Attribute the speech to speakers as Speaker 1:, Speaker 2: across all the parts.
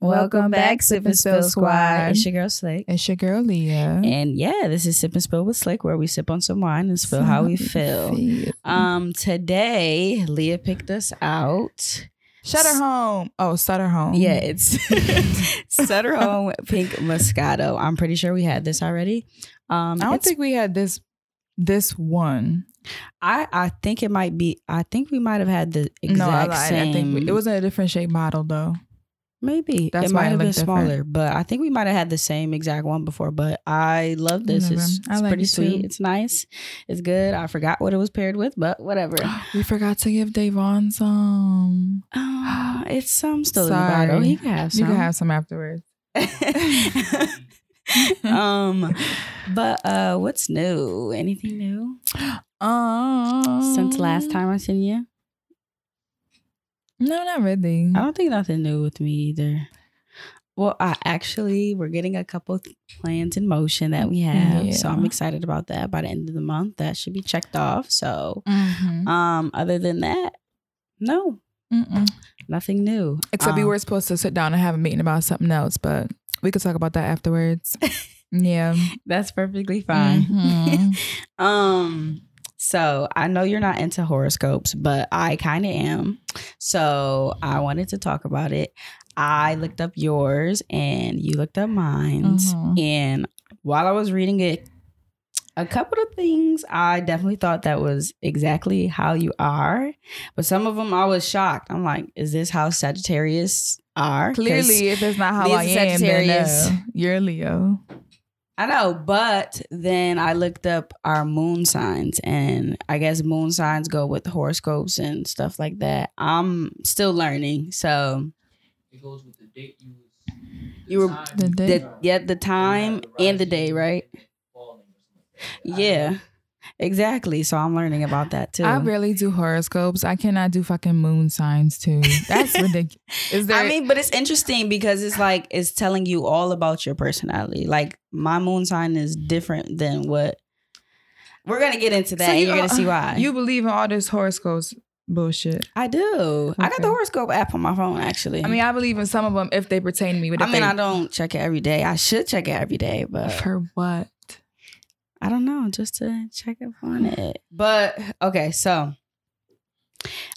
Speaker 1: Welcome back, Sip and Spill Squad. It's your girl Slick.
Speaker 2: It's your girl Leah.
Speaker 1: And yeah, this is Sip and Spill with Slick, where we sip on some wine and spill how we feel. Um, today Leah picked us out.
Speaker 2: Shut her home. Oh, Sutter home.
Speaker 1: Yeah, it's Sutter Home Pink Moscato. I'm pretty sure we had this already. Um,
Speaker 2: I don't
Speaker 1: it's-
Speaker 2: think we had this this one.
Speaker 1: I I think it might be. I think we might have had the exact
Speaker 2: no, I lied.
Speaker 1: same.
Speaker 2: I think we, it was in a different shape model though.
Speaker 1: Maybe
Speaker 2: That's
Speaker 1: it
Speaker 2: why
Speaker 1: might
Speaker 2: it
Speaker 1: have been
Speaker 2: looked different.
Speaker 1: smaller, but I think we might have had the same exact one before. But I love this. It's,
Speaker 2: Whatever. I
Speaker 1: it's
Speaker 2: like
Speaker 1: pretty
Speaker 2: it too.
Speaker 1: sweet. It's nice. It's good. I forgot what it was paired with, but whatever.
Speaker 2: We forgot to give Davon some.
Speaker 1: Oh, it's some still in the bottle.
Speaker 2: Sorry.
Speaker 1: He can have some.
Speaker 2: You can have some afterwards.
Speaker 1: um, but uh, what's new? Anything new
Speaker 2: Um,
Speaker 1: since last time I seen you?
Speaker 2: No, not really.
Speaker 1: I don't think nothing new with me either. Well, I actually we're getting a couple th- plans in motion that we have, so I'm
Speaker 2: Yeah.
Speaker 1: excited about that. By the end of the month, that should be checked off. So,
Speaker 2: Mhm.
Speaker 1: um, other than that, no,
Speaker 2: Mm-mm.
Speaker 1: nothing new.
Speaker 2: Except we
Speaker 1: Um,
Speaker 2: were supposed to sit down and have a meeting about something else, but we could talk about that afterwards. yeah.
Speaker 1: That's perfectly fine. Mm-hmm.
Speaker 2: Mhm.
Speaker 1: Um, so I know you're not into horoscopes, but I kind of am. So I wanted to talk about it. I looked up yours and you looked up mine.
Speaker 2: Mhm.
Speaker 1: And while I was reading it, a couple of things I definitely thought that was exactly how you are, but some of them I was shocked. I'm like, is this how Sagittarius are? 'Cause
Speaker 2: Clearly, if it's not how
Speaker 1: Leah's
Speaker 2: I
Speaker 1: a
Speaker 2: am, then
Speaker 1: Sagittarius.
Speaker 2: no. you're Leo.
Speaker 1: I know, but then I looked up our moon signs, and I guess moon signs go with horoscopes and stuff like that. I'm still learning, so
Speaker 3: It goes with the date you was.
Speaker 1: You were-
Speaker 3: time
Speaker 2: The
Speaker 3: you
Speaker 2: date.
Speaker 1: the,
Speaker 3: found
Speaker 1: yeah, the time
Speaker 3: out
Speaker 1: and the
Speaker 3: rising
Speaker 1: day, right?
Speaker 3: falling or something like that. I
Speaker 1: Yeah, exactly. So I'm learning about that too.
Speaker 2: I rarely do horoscopes. I cannot do fucking moon signs too. That's ridiculous. Is there?
Speaker 1: I mean, but it's interesting because it's like it's telling you all about your personality. Like my moon sign is different than what we're gonna get into that,
Speaker 2: So
Speaker 1: and
Speaker 2: you
Speaker 1: you're gonna
Speaker 2: are-
Speaker 1: see why.
Speaker 2: you believe in all this horoscopes bullshit.
Speaker 1: I do. I got
Speaker 2: Okay.
Speaker 1: the horoscope app on my phone actually.
Speaker 2: I mean, I believe in some of them if they pertain to me. But if
Speaker 1: I mean,
Speaker 2: they,
Speaker 1: I don't check it every day. I should check it every day, but
Speaker 2: for what?
Speaker 1: I don't know, just to check up on it. But okay, so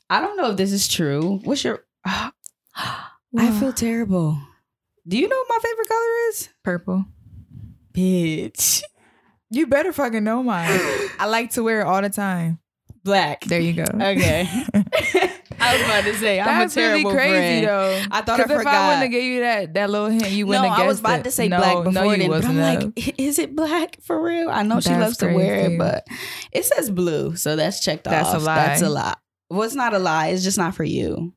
Speaker 1: I don't know if this is true. What's your? I feel terrible. Do you know what my favorite color is?
Speaker 2: purple.
Speaker 1: Bitch,
Speaker 2: You better fucking know mine. I like to wear it all the time.
Speaker 1: black.
Speaker 2: There you go.
Speaker 1: Okay. I was about to say I'm
Speaker 2: That's
Speaker 1: a terrible
Speaker 2: really crazy
Speaker 1: friend.
Speaker 2: though.
Speaker 1: I thought I
Speaker 2: 'Cause if I
Speaker 1: forgot.
Speaker 2: wouldn't have gave you that that little hint, you
Speaker 1: No,
Speaker 2: wouldn't have guessed
Speaker 1: I was about
Speaker 2: it.
Speaker 1: to say
Speaker 2: No,
Speaker 1: black before
Speaker 2: no, you
Speaker 1: then, but I'm
Speaker 2: wasn't
Speaker 1: like,
Speaker 2: though.
Speaker 1: "I- is it black for real? I know she
Speaker 2: That's
Speaker 1: loves to wear it,
Speaker 2: crazy.
Speaker 1: but it says blue, so that's checked
Speaker 2: That's a
Speaker 1: off. That's
Speaker 2: lie.
Speaker 1: a lie. Well, it's not a lie. It's just not for you.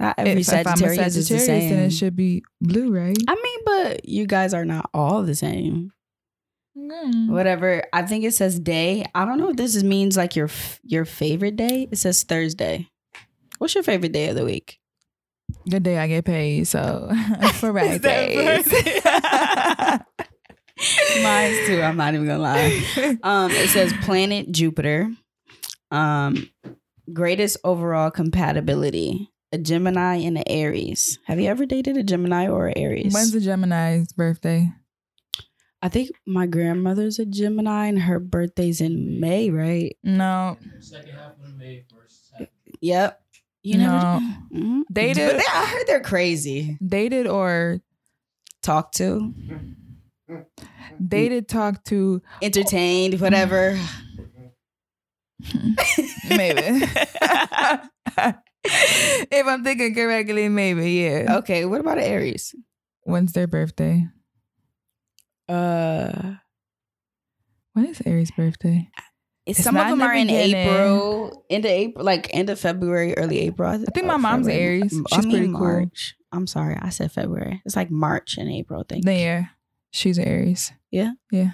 Speaker 1: Not every
Speaker 2: if, if I'm a
Speaker 1: Sagittarius,
Speaker 2: Sagittarius,
Speaker 1: is the
Speaker 2: then
Speaker 1: same.
Speaker 2: it should be blue, right?
Speaker 1: I mean, but you guys are not all the same.
Speaker 2: Mm.
Speaker 1: Whatever. I think it says day. I don't know if this is, means like your f- your favorite day. It says Thursday. What's your favorite day of the week?
Speaker 2: The day I get paid, so for
Speaker 1: Is
Speaker 2: rag
Speaker 1: that
Speaker 2: days.
Speaker 1: Mine's too. I'm not even gonna lie. Um, it says planet Jupiter. Um, greatest overall compatibility: a Gemini and an Aries. Have you ever dated a Gemini or an Aries?
Speaker 2: When's the Gemini's birthday?
Speaker 1: I think my grandmother's a Gemini, and her birthday's in May, right?
Speaker 2: No,
Speaker 3: And the Second half of May versus half.
Speaker 1: Yep. You
Speaker 2: no.
Speaker 1: never Mhm.
Speaker 2: Dated-
Speaker 1: But they, I heard they're crazy.
Speaker 2: Dated or
Speaker 1: Talked to,
Speaker 2: dated, talked to
Speaker 1: entertained, whatever.
Speaker 2: maybe. if I'm thinking correctly, maybe yeah.
Speaker 1: okay, what about an Aries?
Speaker 2: When's their birthday?
Speaker 1: Uh,
Speaker 2: When is Aries' birthday? It's
Speaker 1: some of
Speaker 2: not in
Speaker 1: them
Speaker 2: the
Speaker 1: are in
Speaker 2: beginning.
Speaker 1: April, end of April, like end of February, early April. I, Oh,
Speaker 2: think my mom's Aries.
Speaker 1: M-
Speaker 2: She's pretty cool.
Speaker 1: Mm, March. I'm sorry, I said February. It's like March and April. Thank you.
Speaker 2: Yeah, she's an Aries.
Speaker 1: Yeah?
Speaker 2: yeah.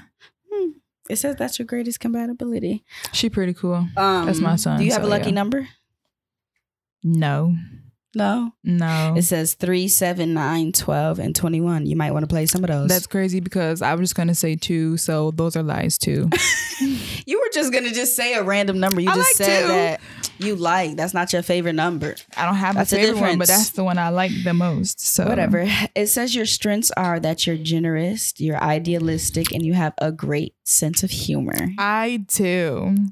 Speaker 1: Hmm. It says that's your greatest compatibility.
Speaker 2: She pretty cool.
Speaker 1: Um,
Speaker 2: That's my son,
Speaker 1: Do you have
Speaker 2: so
Speaker 1: a lucky
Speaker 2: yeah.
Speaker 1: number?
Speaker 2: No,
Speaker 1: No.
Speaker 2: no.
Speaker 1: It says three, seven, nine, twelve, and twenty-one. You might want to play some of those.
Speaker 2: That's crazy because I was just gonna say two, so those are lies too.
Speaker 1: you were just gonna just say a random number. You
Speaker 2: I
Speaker 1: just
Speaker 2: like
Speaker 1: said
Speaker 2: two.
Speaker 1: that. you like. That's not your favorite number.
Speaker 2: I don't have
Speaker 1: That's
Speaker 2: a
Speaker 1: the
Speaker 2: favorite one, but
Speaker 1: difference.
Speaker 2: that's the one I like the most. So
Speaker 1: Whatever. It says your strengths are that you're generous, you're idealistic, and you have a great sense of humor.
Speaker 2: I do.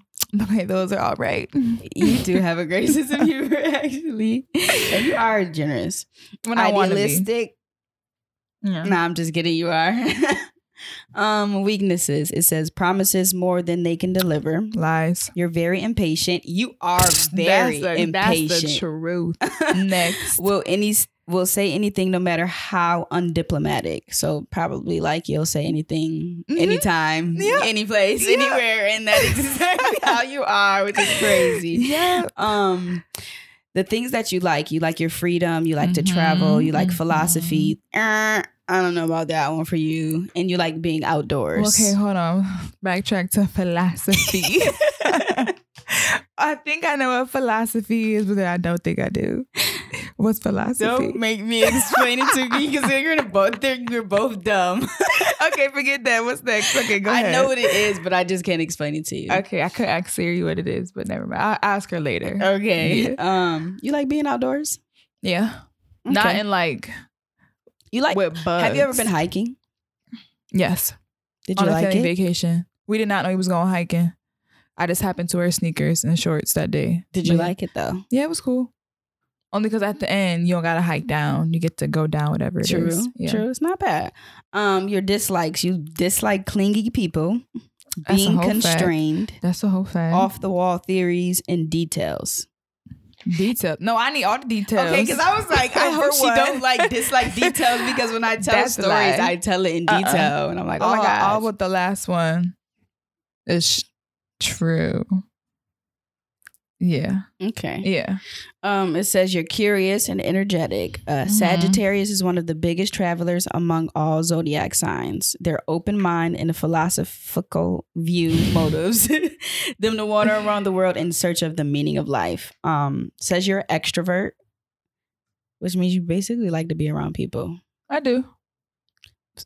Speaker 2: Okay, those are all right.
Speaker 1: You do have a great sense of humor, actually. And you are generous.
Speaker 2: When I want to be.
Speaker 1: idealistic. No, I'm just kidding. You are. um, weaknesses. It says promises more than they can deliver.
Speaker 2: Lies.
Speaker 1: You're very impatient. You are very
Speaker 2: that's the,
Speaker 1: impatient.
Speaker 2: That's the truth. Next.
Speaker 1: will any will say anything no matter how undiplomatic. So probably like you'll say anything
Speaker 2: Mhm.
Speaker 1: anytime,
Speaker 2: Yeah.
Speaker 1: any place,
Speaker 2: Yeah.
Speaker 1: anywhere, and that's exactly how you are, which is crazy.
Speaker 2: yeah.
Speaker 1: Um the things that you like, you like your freedom, you like to travel,
Speaker 2: Mhm,
Speaker 1: you like
Speaker 2: mhm.
Speaker 1: philosophy. Eh, I don't know about that one for you. And you like being outdoors.
Speaker 2: Okay, hold on. Backtrack to philosophy. I think I know what philosophy is, but I don't think I do. What's philosophy?
Speaker 1: Don't make me explain it to you because you're gonna both think you're both dumb.
Speaker 2: okay, forget that. What's next? Okay, go
Speaker 1: I
Speaker 2: ahead.
Speaker 1: know what it is, but I just can't explain it to you.
Speaker 2: Okay, I could ask Siri what it is, but never mind. I'll ask her later.
Speaker 1: Okay. Um, you like being outdoors?
Speaker 2: Yeah. Not
Speaker 1: Okay.
Speaker 2: in like,
Speaker 1: you like.
Speaker 2: with bugs.
Speaker 1: Have you ever been hiking?
Speaker 2: Yes.
Speaker 1: Did
Speaker 2: on
Speaker 1: you
Speaker 2: a
Speaker 1: like
Speaker 2: family
Speaker 1: it?
Speaker 2: vacation. We did not know he was going hiking. I just happened to wear sneakers and shorts that day.
Speaker 1: Did you
Speaker 2: But-
Speaker 1: like it though?
Speaker 2: Yeah, it was cool. Only because at the end you don't gotta hike down. You get to go down whatever it is.
Speaker 1: true,
Speaker 2: Yeah.
Speaker 1: true. It's not bad. Um, your dislikes. You dislike clingy people,
Speaker 2: That's a
Speaker 1: being
Speaker 2: whole fact.
Speaker 1: constrained,
Speaker 2: That's the whole thing.
Speaker 1: off the wall theories and details.
Speaker 2: detail. No, I need all the details.
Speaker 1: Okay, because I was like, I
Speaker 2: For
Speaker 1: hope she
Speaker 2: what?
Speaker 1: don't like dislike details because when I tell
Speaker 2: That's a
Speaker 1: stories,
Speaker 2: lie.
Speaker 1: I tell it in
Speaker 2: Uh-uh.
Speaker 1: detail, and I'm like,
Speaker 2: all,
Speaker 1: oh my god,
Speaker 2: all with the last one is sh- true. Yeah.
Speaker 1: okay.
Speaker 2: Yeah.
Speaker 1: Um, it says you're curious and energetic. Uh,
Speaker 2: Mhm.
Speaker 1: Sagittarius is one of the biggest travelers among all zodiac signs. Their open mind and philosophical view motives them to wander around the world in search of the meaning of life. Um, says you're an extrovert, which means you basically like to be around people.
Speaker 2: I do.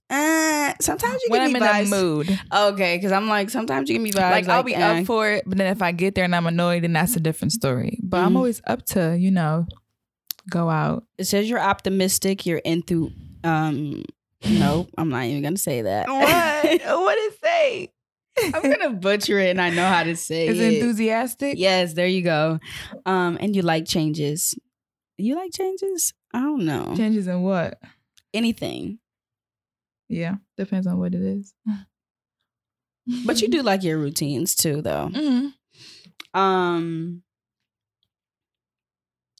Speaker 1: Uh, sometimes you
Speaker 2: When I'm
Speaker 1: give me
Speaker 2: in
Speaker 1: vibes.
Speaker 2: the mood.
Speaker 1: Okay, because I'm like sometimes you give me vibes.
Speaker 2: Like, I'll be
Speaker 1: uh,
Speaker 2: up for it, but then if I get there and I'm annoyed, then that's a different story. But
Speaker 1: Mhm.
Speaker 2: I'm always up to, you know, go out.
Speaker 1: It says you're optimistic. You're into. Um, no, I'm not even gonna say that.
Speaker 2: what it say?
Speaker 1: I'm gonna butcher it, and I know how to say
Speaker 2: Is
Speaker 1: it.
Speaker 2: it enthusiastic?
Speaker 1: yes, there you go. Um, and you like changes. You like changes? I don't know
Speaker 2: Changes in what?
Speaker 1: anything,
Speaker 2: Yeah, depends on what it is.
Speaker 1: but you
Speaker 2: Mm-hmm.
Speaker 1: do like your routines too, though.
Speaker 2: Mhm.
Speaker 1: Um,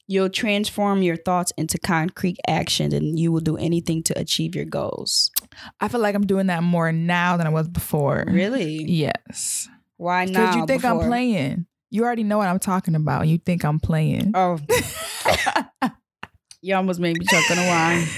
Speaker 1: you'll transform your thoughts into concrete actions, and you will do anything to achieve your goals.
Speaker 2: I feel like I'm doing that more now than I was before.
Speaker 1: Really?
Speaker 2: Yes.
Speaker 1: Why not?
Speaker 2: Because you think I'm playing. You already know what I'm talking about. You think I'm playing.
Speaker 1: Oh, you almost made me choke on a wine.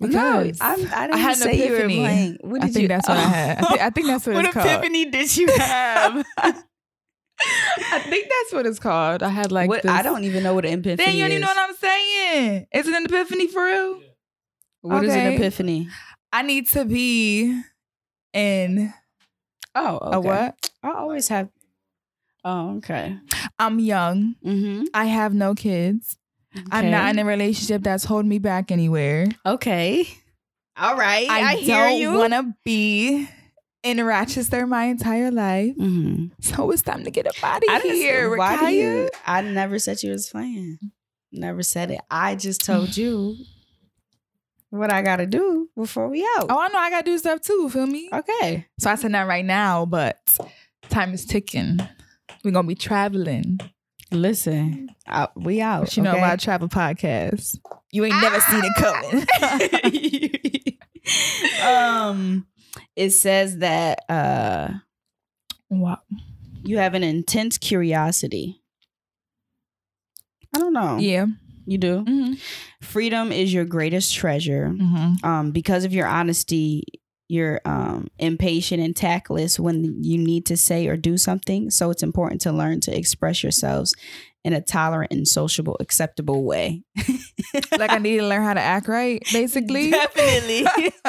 Speaker 2: Because
Speaker 1: no, I'm, I didn't
Speaker 2: I had an
Speaker 1: say you were
Speaker 2: epiphany.
Speaker 1: playing. What
Speaker 2: I
Speaker 1: did
Speaker 2: think
Speaker 1: you? Oh.
Speaker 2: that's what I had. I, thi- I think that's what,
Speaker 1: what
Speaker 2: it's called.
Speaker 1: epiphany did you have?
Speaker 2: I think that's what it's called. I had like
Speaker 1: what,
Speaker 2: this.
Speaker 1: I don't even know what an epiphany
Speaker 2: Then you don't even
Speaker 1: is.
Speaker 2: know what I'm saying. Is it an epiphany for real?
Speaker 1: What is an
Speaker 2: Okay.
Speaker 1: epiphany?
Speaker 2: I need to be in
Speaker 1: Oh,
Speaker 2: a what?
Speaker 1: I always have. Oh, okay.
Speaker 2: I'm young.
Speaker 1: Mm-hmm.
Speaker 2: I have no kids. I'm not in a relationship that's holding me back anywhere.
Speaker 1: Okay. All right. I,
Speaker 2: I,
Speaker 1: hear
Speaker 2: don't
Speaker 1: you.
Speaker 2: want to be in Rochester my entire life.
Speaker 1: mm-hmm.
Speaker 2: So it's time to get up out
Speaker 1: I
Speaker 2: of
Speaker 1: didn't-
Speaker 2: here.
Speaker 1: Why do
Speaker 2: Rakaya.
Speaker 1: you? I never said you was playing. Never said it. I just told you what I got to do before we out.
Speaker 2: Oh, I know. I got to do stuff too. Feel me?
Speaker 1: Okay.
Speaker 2: So I said not right now, but time is ticking. We're going to be traveling.
Speaker 1: Listen, I, Uh, we out.
Speaker 2: But you know
Speaker 1: okay? Ah!
Speaker 2: about travel podcasts. You ain't never seen it coming.
Speaker 1: um, it says that uh,
Speaker 2: wow.
Speaker 1: you have an intense curiosity. I don't know.
Speaker 2: Yeah.
Speaker 1: You do.
Speaker 2: Mm-hmm.
Speaker 1: Freedom is your greatest treasure. Um, because of your honesty, you're um, impatient and tactless when you need to say or do something. So it's important to learn to express yourselves in a tolerant and sociable, acceptable way.
Speaker 2: Like I need to learn how to act right, basically.
Speaker 1: Definitely.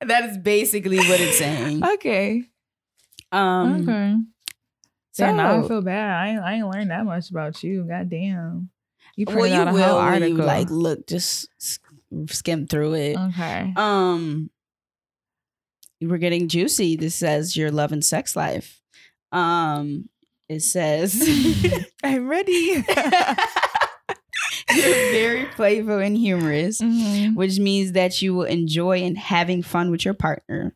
Speaker 1: that is basically what it's saying.
Speaker 2: okay.
Speaker 1: Um,
Speaker 2: okay.
Speaker 1: So
Speaker 2: Damn, now I feel bad. I ain't, I ain't learned that much about you. God damn. You
Speaker 1: well,
Speaker 2: printed out
Speaker 1: you
Speaker 2: a
Speaker 1: will
Speaker 2: whole
Speaker 1: when
Speaker 2: article.
Speaker 1: you like look just s- skim through it.
Speaker 2: okay.
Speaker 1: Um, we're getting juicy. This says your love and sex life. Um, it says
Speaker 2: I'm ready.
Speaker 1: you're very playful and humorous,
Speaker 2: Mm-hmm.
Speaker 1: which means that you will enjoy and having fun with your partner.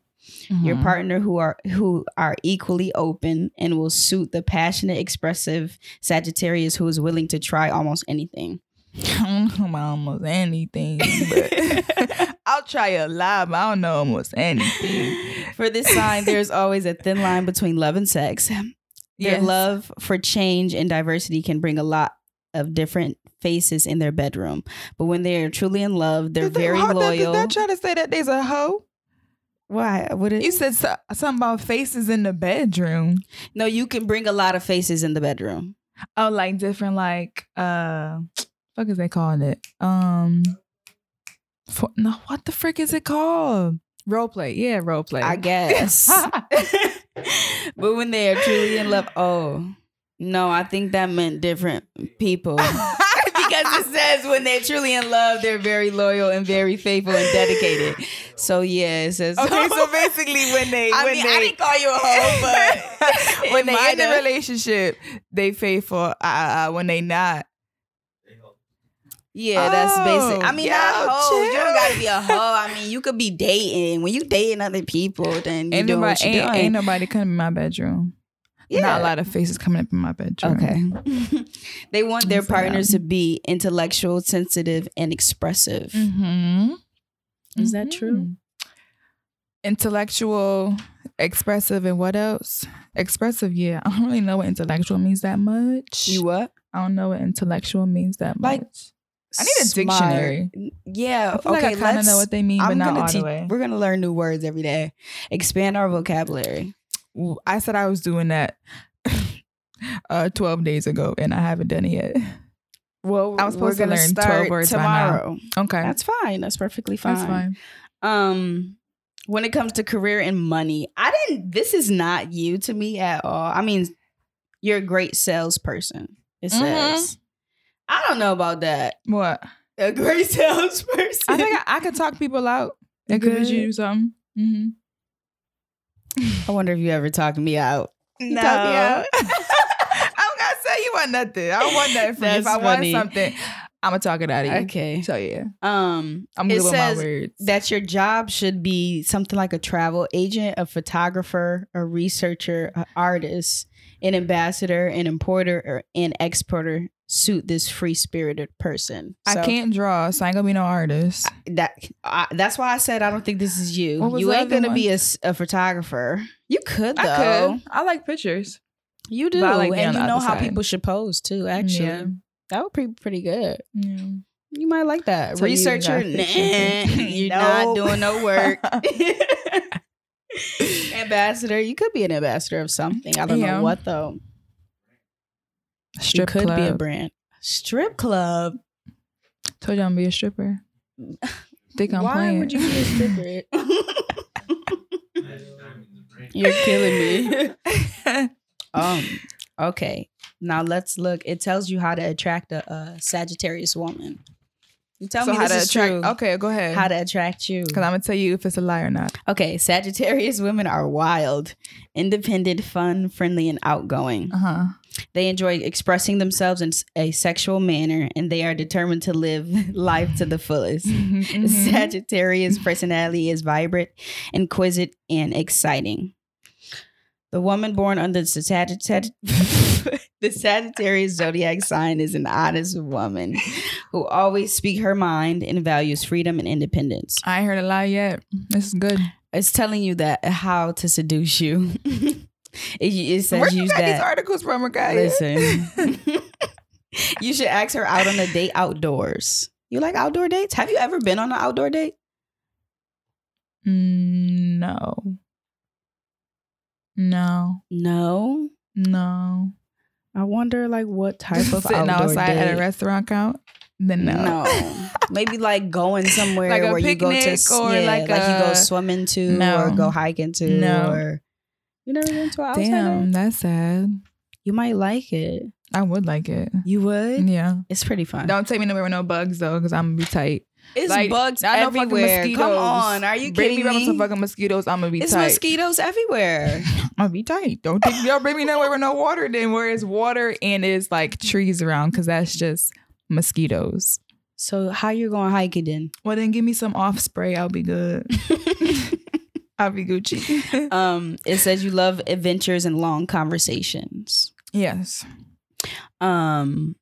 Speaker 2: Mm-hmm.
Speaker 1: Your partner who are who are equally open and will suit the passionate, expressive Sagittarius who is willing to try almost anything.
Speaker 2: I don't know Mm-hmm. about almost anything, but I'll try a lot, but I don't know almost anything.
Speaker 1: For this sign, there's always a thin line between love and sex. Their
Speaker 2: Yes.
Speaker 1: love for change and diversity can bring a lot of different faces in their bedroom. But when they are truly in love, they're
Speaker 2: Did they-
Speaker 1: very
Speaker 2: how did-
Speaker 1: loyal.
Speaker 2: Did that try to say that there's a hoe?
Speaker 1: Why? What it,
Speaker 2: You said so, something about faces in the bedroom.
Speaker 1: no, you can bring a lot of faces in the bedroom.
Speaker 2: Oh, like different, like uh, fuck is they calling it? Um, for, no, what the frick is it called? Role play, yeah, role play.
Speaker 1: I guess. but when they are truly in love, oh no, I think that meant different people. because it says when they're truly in love, they're very loyal and very faithful and dedicated. So yeah, it says
Speaker 2: okay, so basically, when they,
Speaker 1: I
Speaker 2: when
Speaker 1: mean,
Speaker 2: they,
Speaker 1: I didn't call you a hoe, but
Speaker 2: when they in
Speaker 1: might've-
Speaker 2: the relationship, they faithful. Uh, uh, when they not,
Speaker 1: yeah, that's basic. I
Speaker 2: Oh,
Speaker 1: mean,
Speaker 2: yo,
Speaker 1: not hoe. You
Speaker 2: chill.
Speaker 1: don't gotta be a hoe. I mean, you could be dating. When you dating other people, then you
Speaker 2: ain't
Speaker 1: doing what
Speaker 2: nobody,
Speaker 1: you
Speaker 2: ain't,
Speaker 1: doing.
Speaker 2: ain't nobody coming in my bedroom.
Speaker 1: yeah.
Speaker 2: Not a lot of faces coming up in my bedroom.
Speaker 1: Okay. they want their
Speaker 2: That's a
Speaker 1: partners to be intellectual, sensitive, and expressive.
Speaker 2: Mm-hmm.
Speaker 1: Is that true?
Speaker 2: Intellectual, expressive, and what else? Expressive, yeah. I don't really know what intellectual means that much.
Speaker 1: You what?
Speaker 2: I don't know what intellectual means that
Speaker 1: Like,
Speaker 2: much. I need a
Speaker 1: Smart.
Speaker 2: dictionary.
Speaker 1: Yeah.
Speaker 2: I feel
Speaker 1: okay.
Speaker 2: like I kind of
Speaker 1: let's-
Speaker 2: know what they mean, but
Speaker 1: I'm
Speaker 2: not
Speaker 1: gonna
Speaker 2: all
Speaker 1: teach.
Speaker 2: the way.
Speaker 1: We're gonna learn new words every day. Expand our vocabulary.
Speaker 2: Ooh, I said I was doing that uh, 12 days ago, and I haven't done it yet.
Speaker 1: Well,
Speaker 2: I was supposed to learn 12 words by now.
Speaker 1: tomorrow.
Speaker 2: Okay.
Speaker 1: That's fine. That's perfectly
Speaker 2: That's fine.
Speaker 1: um when it comes to career and money i didn't this is not you to me at all i mean you're a great salesperson it
Speaker 2: Mhm.
Speaker 1: says i don't know about that
Speaker 2: What?
Speaker 1: a great salesperson
Speaker 2: I think I, I could talk people out. It could
Speaker 1: Good.
Speaker 2: be you something. Mm-hmm.
Speaker 1: I wonder if you ever talked me out
Speaker 2: No. I'm gonna say you want nothing. I don't want nothing from you. If
Speaker 1: That's
Speaker 2: I want
Speaker 1: funny.
Speaker 2: something, I'm gonna talk it out of you.
Speaker 1: okay
Speaker 2: So yeah,
Speaker 1: um
Speaker 2: I'm
Speaker 1: it
Speaker 2: good with my
Speaker 1: says
Speaker 2: words.
Speaker 1: that your job should be something like a travel agent a photographer a researcher an artist an ambassador an importer or an exporter suit this free-spirited person
Speaker 2: I
Speaker 1: So-
Speaker 2: can't draw, so I ain't gonna be no artist.
Speaker 1: that I, that's why I said I don't think this is you.
Speaker 2: What was
Speaker 1: You
Speaker 2: the
Speaker 1: ain't
Speaker 2: other
Speaker 1: gonna
Speaker 2: one?
Speaker 1: be a, s- a photographer. You could though.
Speaker 2: I like pictures.
Speaker 1: You do,
Speaker 2: But I like being
Speaker 1: and
Speaker 2: on
Speaker 1: you
Speaker 2: the
Speaker 1: know
Speaker 2: other
Speaker 1: how
Speaker 2: side.
Speaker 1: people should pose too. Actually,
Speaker 2: Yeah.
Speaker 1: that would be pretty good.
Speaker 2: Yeah.
Speaker 1: You might like that.
Speaker 2: So you even
Speaker 1: Researcher,
Speaker 2: got a picture
Speaker 1: nah,
Speaker 2: thing.
Speaker 1: you're not
Speaker 2: Nope.
Speaker 1: doing no work. ambassador, you could be an ambassador of something. I don't
Speaker 2: Yeah.
Speaker 1: know what though.
Speaker 2: Strip
Speaker 1: you could
Speaker 2: club.
Speaker 1: be a brand strip club.
Speaker 2: Told you I'm gonna be a stripper. Think I'm
Speaker 1: Why
Speaker 2: playing?
Speaker 1: would you be a stripper? you're killing me. Um. Okay. Now let's look. It tells you how to attract a, a Sagittarius woman. You tell
Speaker 2: so
Speaker 1: me
Speaker 2: how
Speaker 1: this
Speaker 2: to
Speaker 1: is
Speaker 2: attract?
Speaker 1: true.
Speaker 2: Okay, go ahead.
Speaker 1: How to attract you?
Speaker 2: Because I'm gonna tell you if it's a lie or not.
Speaker 1: Okay. Sagittarius women are wild, independent, fun, friendly, and outgoing.
Speaker 2: Uh huh.
Speaker 1: They enjoy expressing themselves in s- a sexual manner, and they are determined to live life to the fullest.
Speaker 2: Mm-hmm.
Speaker 1: Sagittarius personality is vibrant, inquisitive, and exciting. The woman born under the, Sagitt- Sagitt- the Sagittarius zodiac sign is an honest woman who always speak her mind and values freedom and independence.
Speaker 2: I ain't heard a lie yet. This is good.
Speaker 1: It's telling you that how to seduce you. it, it says
Speaker 2: Where you
Speaker 1: use
Speaker 2: got these
Speaker 1: that.
Speaker 2: articles from, Rakaya?
Speaker 1: Listen, you should ask her out on a date outdoors. You like outdoor dates? Have you ever been on an outdoor date?
Speaker 2: Mm, No. No.
Speaker 1: No.
Speaker 2: No.
Speaker 1: I wonder like what type of
Speaker 2: sitting
Speaker 1: outdoor
Speaker 2: outside
Speaker 1: date.
Speaker 2: at a restaurant count? Then no.
Speaker 1: No. maybe like going somewhere
Speaker 2: Like a
Speaker 1: where you go to
Speaker 2: picnic
Speaker 1: s-
Speaker 2: or
Speaker 1: yeah,
Speaker 2: like
Speaker 1: you go
Speaker 2: a-
Speaker 1: swimming to
Speaker 2: No.
Speaker 1: or go hiking to
Speaker 2: No.
Speaker 1: or you never been to an outside
Speaker 2: Damn,
Speaker 1: date?
Speaker 2: that's sad.
Speaker 1: You might like it.
Speaker 2: I would like it.
Speaker 1: You would?
Speaker 2: Yeah.
Speaker 1: It's pretty fun.
Speaker 2: Don't take me nowhere with no bugs though, because I'm gonna be tight.
Speaker 1: it's
Speaker 2: like,
Speaker 1: bugs
Speaker 2: I know fucking
Speaker 1: everywhere. Come
Speaker 2: mosquitoes.
Speaker 1: on. Are you
Speaker 2: Bring me
Speaker 1: kidding me?
Speaker 2: around some fucking mosquitoes. I'm gonna be
Speaker 1: it's
Speaker 2: tight.
Speaker 1: mosquitoes everywhere.
Speaker 2: I'm gonna be tight. Don't take y'all bring me nowhere with no water. Then where is water and it's like trees around, because that's just mosquitoes.
Speaker 1: so how you going hiking then?
Speaker 2: Well, then give me some off spray. I'll be good. I'll be Gucci.
Speaker 1: Um, it says you love adventures and long conversations.
Speaker 2: yes.
Speaker 1: Um,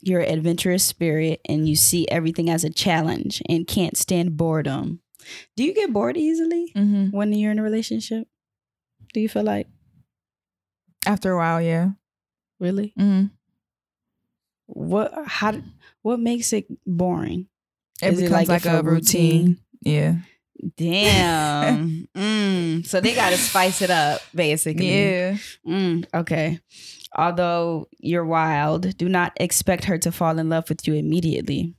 Speaker 1: you're an adventurous spirit and you see everything as a challenge and can't stand boredom. Do you get bored easily
Speaker 2: Mm-hmm.
Speaker 1: when you're in a relationship? Do you feel like
Speaker 2: After a while, yeah.
Speaker 1: really?
Speaker 2: Mm-hmm.
Speaker 1: What how what makes it boring?
Speaker 2: It
Speaker 1: Is it
Speaker 2: becomes
Speaker 1: like
Speaker 2: like,
Speaker 1: if
Speaker 2: a
Speaker 1: a
Speaker 2: routine. Yeah.
Speaker 1: Damn. mm. So they gotta spice it up, basically.
Speaker 2: Yeah.
Speaker 1: Mm, okay. Although you're wild, do not expect her to fall in love with you immediately.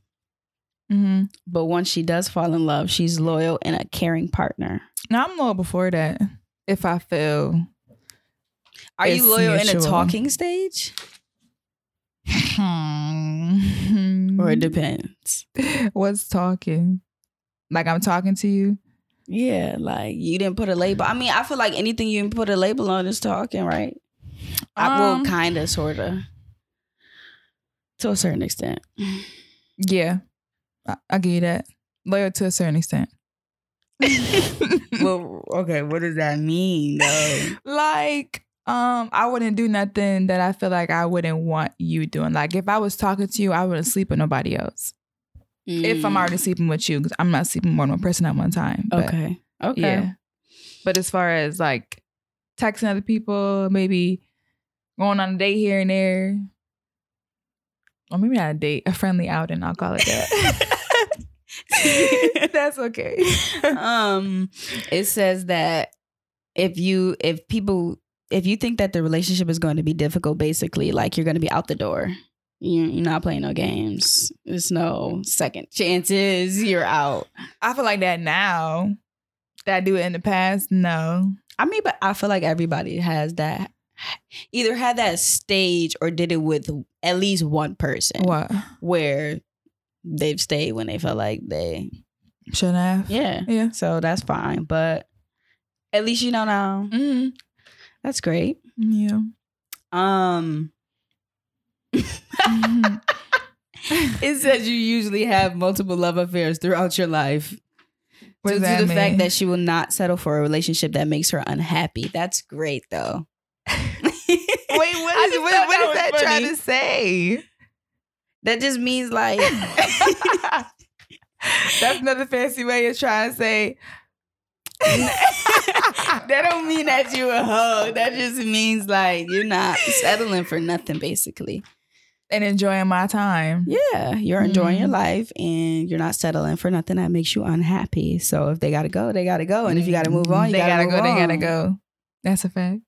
Speaker 2: Mm-hmm.
Speaker 1: But once she does fall in love, she's loyal and a caring partner.
Speaker 2: Now I'm loyal before that. If I feel
Speaker 1: Are
Speaker 2: It's
Speaker 1: you loyal in a
Speaker 2: mutual.
Speaker 1: talking stage? Or
Speaker 2: or
Speaker 1: it depends.
Speaker 2: what's talking. Like I'm talking to you.
Speaker 1: Yeah, like you didn't put a label. I mean, I feel like anything you can put a label on is talking, right? I will
Speaker 2: Um,
Speaker 1: kind of, sort of. To a certain extent.
Speaker 2: Yeah. I, I get you that. Loyal to a certain extent.
Speaker 1: well, okay, what does that mean though?
Speaker 2: like um i wouldn't do nothing that i feel like i wouldn't want you doing like if i was talking to you i wouldn't sleep with nobody else if i'm
Speaker 1: Mm.
Speaker 2: already sleeping with you because i'm not sleeping more than one person at one time but,
Speaker 1: Okay. Okay.
Speaker 2: yeah but as far as like texting other people maybe going on a date here and there or maybe not a date a friendly outing i'll call it that that's okay
Speaker 1: um it says that if you if people if you think that the relationship is going to be difficult basically like you're going to be out the door You- you're not playing no games there's no second chances you're out
Speaker 2: i feel like that now that i do it in the past no
Speaker 1: i mean but i feel like everybody has that either had that stage or did it with at least one person
Speaker 2: what
Speaker 1: where they've stayed when they felt like they
Speaker 2: shouldn't I have
Speaker 1: yeah
Speaker 2: yeah
Speaker 1: so that's fine but at least you know now
Speaker 2: hmm
Speaker 1: that's great
Speaker 2: Yeah.
Speaker 1: Um,
Speaker 2: Mm-hmm.
Speaker 1: it says you usually have multiple love affairs throughout your life
Speaker 2: What
Speaker 1: due
Speaker 2: does
Speaker 1: to the
Speaker 2: mean?
Speaker 1: fact that she will not settle for a relationship that makes her unhappy. That's great, though.
Speaker 2: Wait, what is,
Speaker 1: I just
Speaker 2: what,
Speaker 1: thought
Speaker 2: what is
Speaker 1: that
Speaker 2: that
Speaker 1: was
Speaker 2: trying
Speaker 1: funny.
Speaker 2: to say?
Speaker 1: that just means like
Speaker 2: That's another fancy way of trying to say.
Speaker 1: that don't mean that you a hoe. That just means like you're not settling for nothing, basically.
Speaker 2: and enjoying my time.
Speaker 1: Yeah, you're enjoying
Speaker 2: Mhm.
Speaker 1: your life and you're not settling for nothing that makes you unhappy. So if they gotta go, they gotta go, and if you gotta move on, you
Speaker 2: Mm-hmm. they gotta,
Speaker 1: move
Speaker 2: go. They gotta
Speaker 1: on.
Speaker 2: go. That's a fact.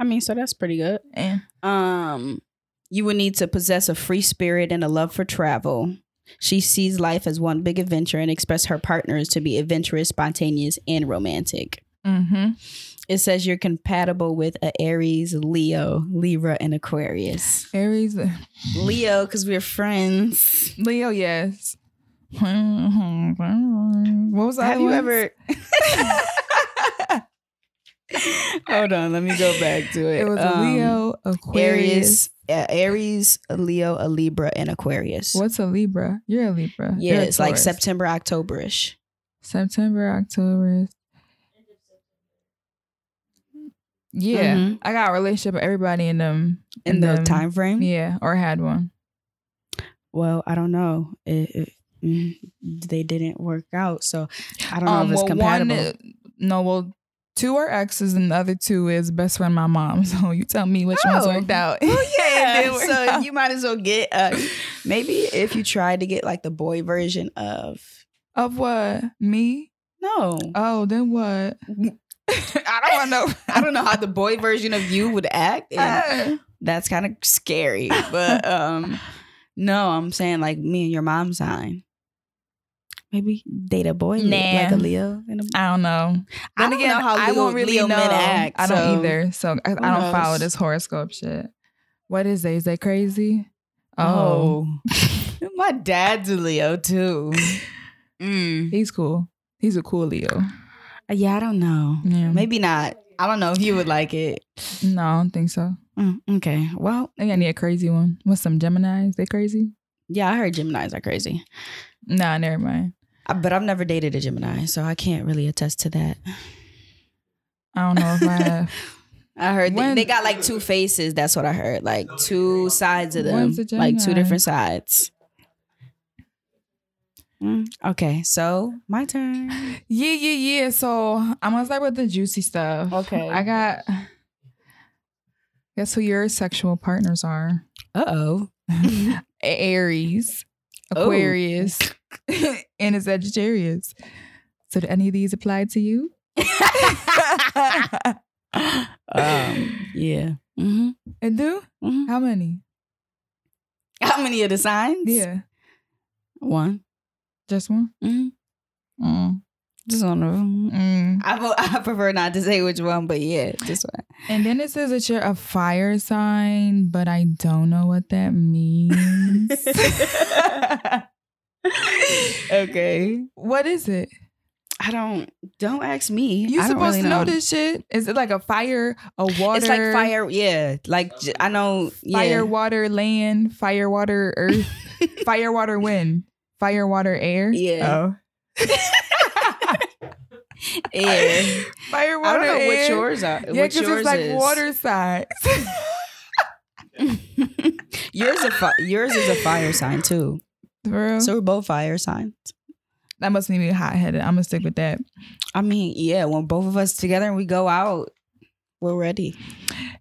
Speaker 1: I mean, so that's pretty good.
Speaker 2: Yeah.
Speaker 1: Um, you would need to possess a free spirit and a love for travel. She sees life as one big adventure and expects her partners to be adventurous, spontaneous, and romantic.
Speaker 2: Mm-hmm.
Speaker 1: It says you're compatible with a Aries, Leo, Libra, and Aquarius.
Speaker 2: Aries,
Speaker 1: Leo, because we're friends.
Speaker 2: Leo, yes. what was the
Speaker 1: Have
Speaker 2: other
Speaker 1: you
Speaker 2: ones?
Speaker 1: ever? Hold on, let me go back to it.
Speaker 2: It was a
Speaker 1: Um,
Speaker 2: Leo, Aquarius.
Speaker 1: Aries, uh, Aries, a Leo, a Libra, and Aquarius.
Speaker 2: What's a Libra? You're a Libra.
Speaker 1: Yeah,
Speaker 2: You're a
Speaker 1: it's like
Speaker 2: Taurus.
Speaker 1: September, October ish.
Speaker 2: September, October. Yeah,
Speaker 1: Mhm.
Speaker 2: I got a relationship with everybody in them
Speaker 1: in the
Speaker 2: them.
Speaker 1: time frame.
Speaker 2: Yeah, or had one.
Speaker 1: Well, I don't know. It, it- mm, they didn't work out, so I
Speaker 2: Um,
Speaker 1: don't know if it's
Speaker 2: well,
Speaker 1: compatible.
Speaker 2: One, no, well, two are exes, and the other two is best friend my mom. So you tell me which ones
Speaker 1: Oh.
Speaker 2: worked out.
Speaker 1: Oh
Speaker 2: It did work
Speaker 1: so
Speaker 2: out.
Speaker 1: you might as well get uh, maybe if you try to get like the boy version of
Speaker 2: of what me?
Speaker 1: no.
Speaker 2: Oh, then what? I don't want
Speaker 1: I don't know how the boy version of you would act.
Speaker 2: to
Speaker 1: And
Speaker 2: Uh.
Speaker 1: that's kind of scary, but um, no, I'm saying like me and your mom sign. Maybe
Speaker 4: date a boy
Speaker 2: Nah.
Speaker 4: like a Leo. And a,
Speaker 2: I don't know.
Speaker 4: I
Speaker 2: Then
Speaker 4: don't
Speaker 2: again,
Speaker 4: know how
Speaker 2: I
Speaker 4: Leo-
Speaker 2: won't really
Speaker 4: Leo
Speaker 2: know.
Speaker 4: men act,
Speaker 2: I don't
Speaker 4: so
Speaker 2: either. So I, I don't follow
Speaker 4: knows?
Speaker 2: this horoscope shit. What is they? Is they crazy? Oh,
Speaker 1: Oh. My dad's a Leo too. Mm.
Speaker 2: he's cool. He's a cool Leo.
Speaker 1: Yeah, I don't know.
Speaker 2: Yeah.
Speaker 1: Maybe not. I don't know if you would like it.
Speaker 2: No, I don't think so.
Speaker 1: Mm, okay. Well,
Speaker 2: I think I need a crazy one. What's some Gemini's? They crazy?
Speaker 1: yeah, I heard Geminis are crazy,
Speaker 2: Nah, never mind.
Speaker 1: I, but I've never dated a Gemini, so I can't really attest to that.
Speaker 2: I don't know if I have.
Speaker 1: I heard they,
Speaker 2: When-
Speaker 1: they got like two faces. That's what I heard. Like two sides of them,
Speaker 2: When's the
Speaker 1: like two
Speaker 2: Gemini?
Speaker 1: different sides. Mm, okay, so my turn.
Speaker 2: yeah, yeah, yeah. So I'm gonna start with the juicy stuff.
Speaker 1: Okay.
Speaker 2: I got. Guess who your sexual partners are?
Speaker 1: Uh oh.
Speaker 2: Aries,
Speaker 1: Oh.
Speaker 2: Aquarius, and a Sagittarius. So, do any of these apply to you?
Speaker 1: um, yeah. hmm
Speaker 2: And do how many?
Speaker 1: How many of the signs?
Speaker 2: Yeah,
Speaker 1: One.
Speaker 2: just one.
Speaker 1: hmm
Speaker 2: Mm.
Speaker 1: Just one of them.
Speaker 2: Mm.
Speaker 1: I, vo- I prefer not to say which one, but yeah, just one.
Speaker 2: And then it says that you're a fire sign, but I don't know what that means.
Speaker 1: okay.
Speaker 2: what is it?
Speaker 1: I don't. Don't ask me.
Speaker 2: You
Speaker 1: I don't
Speaker 2: supposed
Speaker 1: really
Speaker 2: to know. this shit? Is it like a fire, a water?
Speaker 1: It's like fire. Yeah. Like j- I know. Yeah.
Speaker 2: fire, water, land, fire, water, earth, fire, water, wind, fire, water, air.
Speaker 1: Yeah.
Speaker 2: Oh.
Speaker 1: Air.
Speaker 2: Fire,
Speaker 1: I
Speaker 2: water,
Speaker 1: don't know
Speaker 2: air.
Speaker 1: what yours are.
Speaker 2: Yeah,
Speaker 1: what
Speaker 2: because
Speaker 1: yours
Speaker 2: it's like
Speaker 1: is.
Speaker 2: water signs.
Speaker 1: yours a fi- yours is a fire sign too.
Speaker 2: Bro,
Speaker 1: So we're both fire signs.
Speaker 2: that must make me hot headed. I'm gonna stick with that.
Speaker 1: I mean, yeah. When both of us together and we go out, we're ready.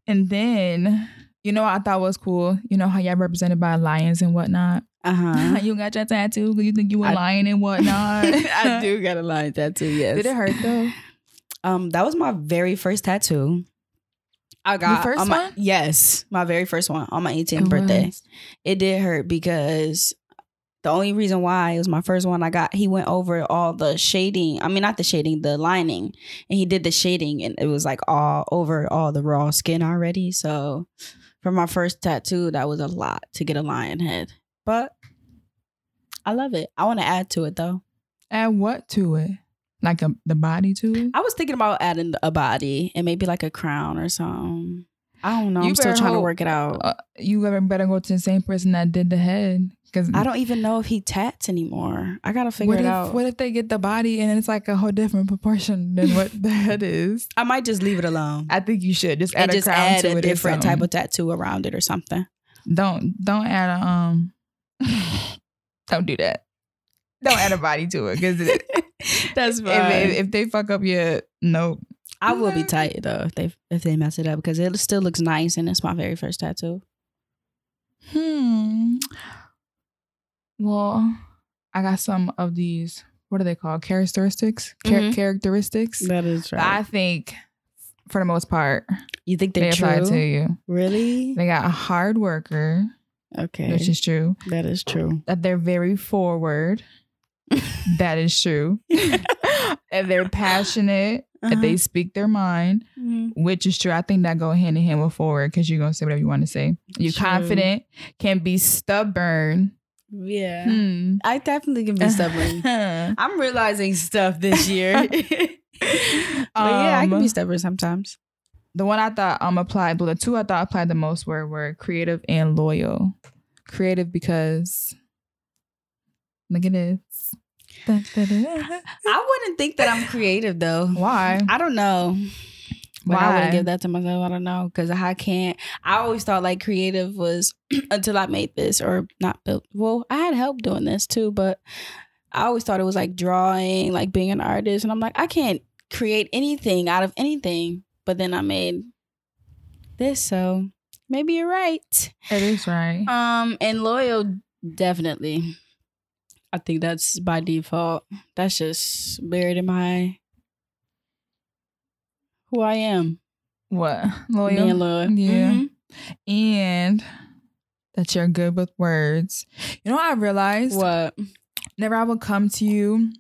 Speaker 2: And then, you know, what I thought was cool. You know how y'all represented by lions and whatnot.
Speaker 1: Uh huh.
Speaker 2: you got your tattoo. You think you a
Speaker 1: I-
Speaker 2: lion and whatnot.
Speaker 1: I do got a line tattoo. Yes.
Speaker 2: Did it hurt though?
Speaker 1: Um, that was my very first tattoo. I got
Speaker 2: first
Speaker 1: on my,
Speaker 2: one? Oh,
Speaker 1: Yes, my very first one on my 18th
Speaker 2: It
Speaker 1: birthday.
Speaker 2: was.
Speaker 1: It did hurt because the only reason why it was my first one I got, he went over all the shading. I mean, not the shading, the lining, and he did the shading, and it was like all over all the raw skin already. So, for my first tattoo, that was a lot to get a lion head, but I love it. I want to add to it though.
Speaker 2: Add what to it? Like a, the body to it?
Speaker 1: I was thinking about adding a body and maybe like a crown or something. I don't know.
Speaker 2: You
Speaker 1: I'm still
Speaker 2: better
Speaker 1: trying to
Speaker 2: hope-
Speaker 1: work it out.
Speaker 2: Uh, you ever better go to the same person that did the head because
Speaker 1: I don't even know if he tats anymore. I gotta figure
Speaker 2: What
Speaker 1: it
Speaker 2: if,
Speaker 1: out.
Speaker 2: what if they get the body and it's like a whole different proportion than what the head is?
Speaker 1: I might just leave it alone.
Speaker 2: I think you should just add
Speaker 1: and
Speaker 2: a
Speaker 1: just
Speaker 2: crown
Speaker 1: add
Speaker 2: to it
Speaker 1: a
Speaker 2: or
Speaker 1: different type
Speaker 2: something.
Speaker 1: of tattoo around it or something.
Speaker 2: Don't don't add a um. don't do that. Don't add a body to it because if,
Speaker 1: That's
Speaker 2: if, if they fuck up your nope,
Speaker 1: I will be tight though if they if they mess it up because it still looks nice and it's my very first tattoo.
Speaker 2: hmm. Well, I got some of these. What are they called? Characteristics. Char-
Speaker 1: Mhm.
Speaker 2: Characteristics.
Speaker 1: That is
Speaker 2: But I think, for the most part,
Speaker 1: you think
Speaker 2: they
Speaker 1: they're
Speaker 2: apply
Speaker 1: true?
Speaker 2: to you.
Speaker 1: Really?
Speaker 2: They got a hard worker,
Speaker 1: Okay,
Speaker 2: which is true.
Speaker 1: that is true.
Speaker 2: That they're very forward. that is true. and they're passionate.
Speaker 1: Uh-huh.
Speaker 2: That they speak their mind,
Speaker 1: Mhm.
Speaker 2: which is true. I think that go hand in hand with forward because you're gonna say whatever you want to say. You're
Speaker 1: True.
Speaker 2: confident, can be stubborn.
Speaker 1: Yeah,
Speaker 2: Hmm.
Speaker 1: I definitely can be stubborn. I'm realizing stuff this year. but yeah, I can
Speaker 2: Um,
Speaker 1: be stubborn sometimes.
Speaker 2: the one I thought um applied, well, the two I thought applied the most were were creative and loyal. Creative because look at this. Dun, dun, dun, dun.
Speaker 1: I wouldn't think that I'm creative though.
Speaker 2: Why?
Speaker 1: I don't know. But I
Speaker 2: Why?
Speaker 1: wouldn't give that to myself. I don't know because I can't. I always thought like creative was until I made this or not built. Well, I had help doing this too, but I always thought it was like drawing, like being an artist, and I'm like I can't create anything out of anything. But then I made this, so maybe you're right.
Speaker 2: It is right.
Speaker 1: Um, and loyal definitely. I think that's by default. That's just buried in my who I am.
Speaker 2: what? Loyal.
Speaker 1: Being loyal.
Speaker 2: Yeah.
Speaker 1: Mhm.
Speaker 2: and that you're good with words. You know what I realized?
Speaker 1: What?
Speaker 2: Never I will come to you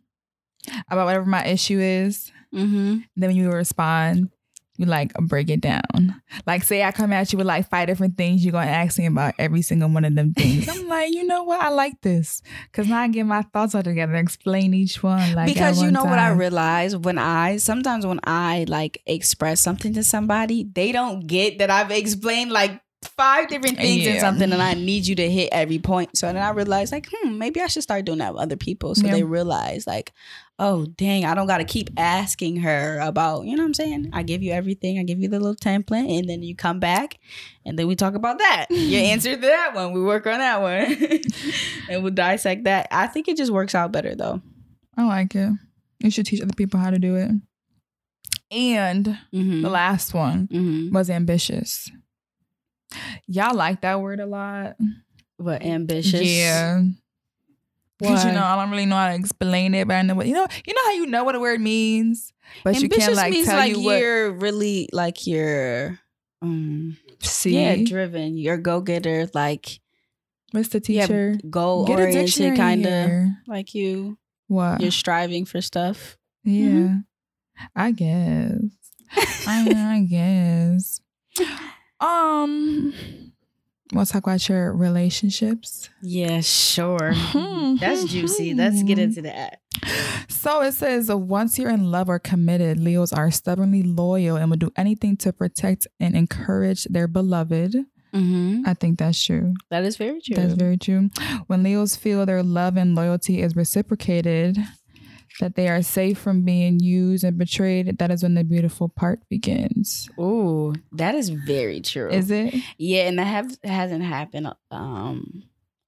Speaker 2: about whatever my issue is.
Speaker 1: Mm-hmm.
Speaker 2: then when you respond, you like break it down. Like say I come at you with like five different things, you're gonna ask me about every single one of them things. I'm like, you know what? I like this. Cause now I get my thoughts all together, explain each one. Like
Speaker 1: because
Speaker 2: at
Speaker 1: you
Speaker 2: one
Speaker 1: know what I
Speaker 2: time.
Speaker 1: realize when I sometimes when I like express something to somebody, they don't get that I've explained like five different things and
Speaker 2: Uh, Yeah.
Speaker 1: something, and I need you to hit every point. So then I realized like, hmm, maybe I should start doing that with other people, so
Speaker 2: Yeah.
Speaker 1: they realize like, oh dang, I don't got to keep asking her about. You know what I'm saying? I give you everything. I give you the little template, and then you come back, and then we talk about that. You answer to that one. We work on that one, and we'll dissect that. I think it just works out better though.
Speaker 2: I like it. You should teach other people how to do it. And
Speaker 1: Mm-hmm.
Speaker 2: the last one
Speaker 1: Mm-hmm.
Speaker 2: was ambitious. Y'all like that word a lot.
Speaker 1: But ambitious.
Speaker 2: Yeah. Because you
Speaker 1: Why?
Speaker 2: know, I don't really know how to explain it, but I know what you know. You know how you know what a word means, but
Speaker 1: ambitious
Speaker 2: you can't like
Speaker 1: means
Speaker 2: tell
Speaker 1: like
Speaker 2: you what.
Speaker 1: you're really like you're um
Speaker 2: See,
Speaker 1: yeah, driven. You're go getter, like
Speaker 2: Mr.
Speaker 1: yeah,
Speaker 2: Teacher,
Speaker 1: goal
Speaker 2: get a
Speaker 1: oriented
Speaker 2: dictionary Uh. kind
Speaker 1: kind of
Speaker 2: of.
Speaker 1: like you
Speaker 2: What?
Speaker 1: you're Mm-hmm. striving for stuff.
Speaker 2: yeah, I guess. I mean, I guess. Um, we'll talk about your relationships.
Speaker 1: Yeah, sure.
Speaker 2: Hmm,
Speaker 1: That's
Speaker 2: hmm,
Speaker 1: juicy.
Speaker 2: hmm.
Speaker 1: Let's get into that.
Speaker 2: So it says, once you're in love or committed, Leos are stubbornly loyal and will do anything to protect and encourage their beloved.
Speaker 1: Mm-hmm.
Speaker 2: I think that's true.
Speaker 1: That is very true.
Speaker 2: That's very true. When Leos feel their love and loyalty is reciprocated, that they are safe from being used and betrayed, that is when the beautiful part begins.
Speaker 1: Ooh, that is very true.
Speaker 2: Is it?
Speaker 1: Yeah, and that have hasn't happened um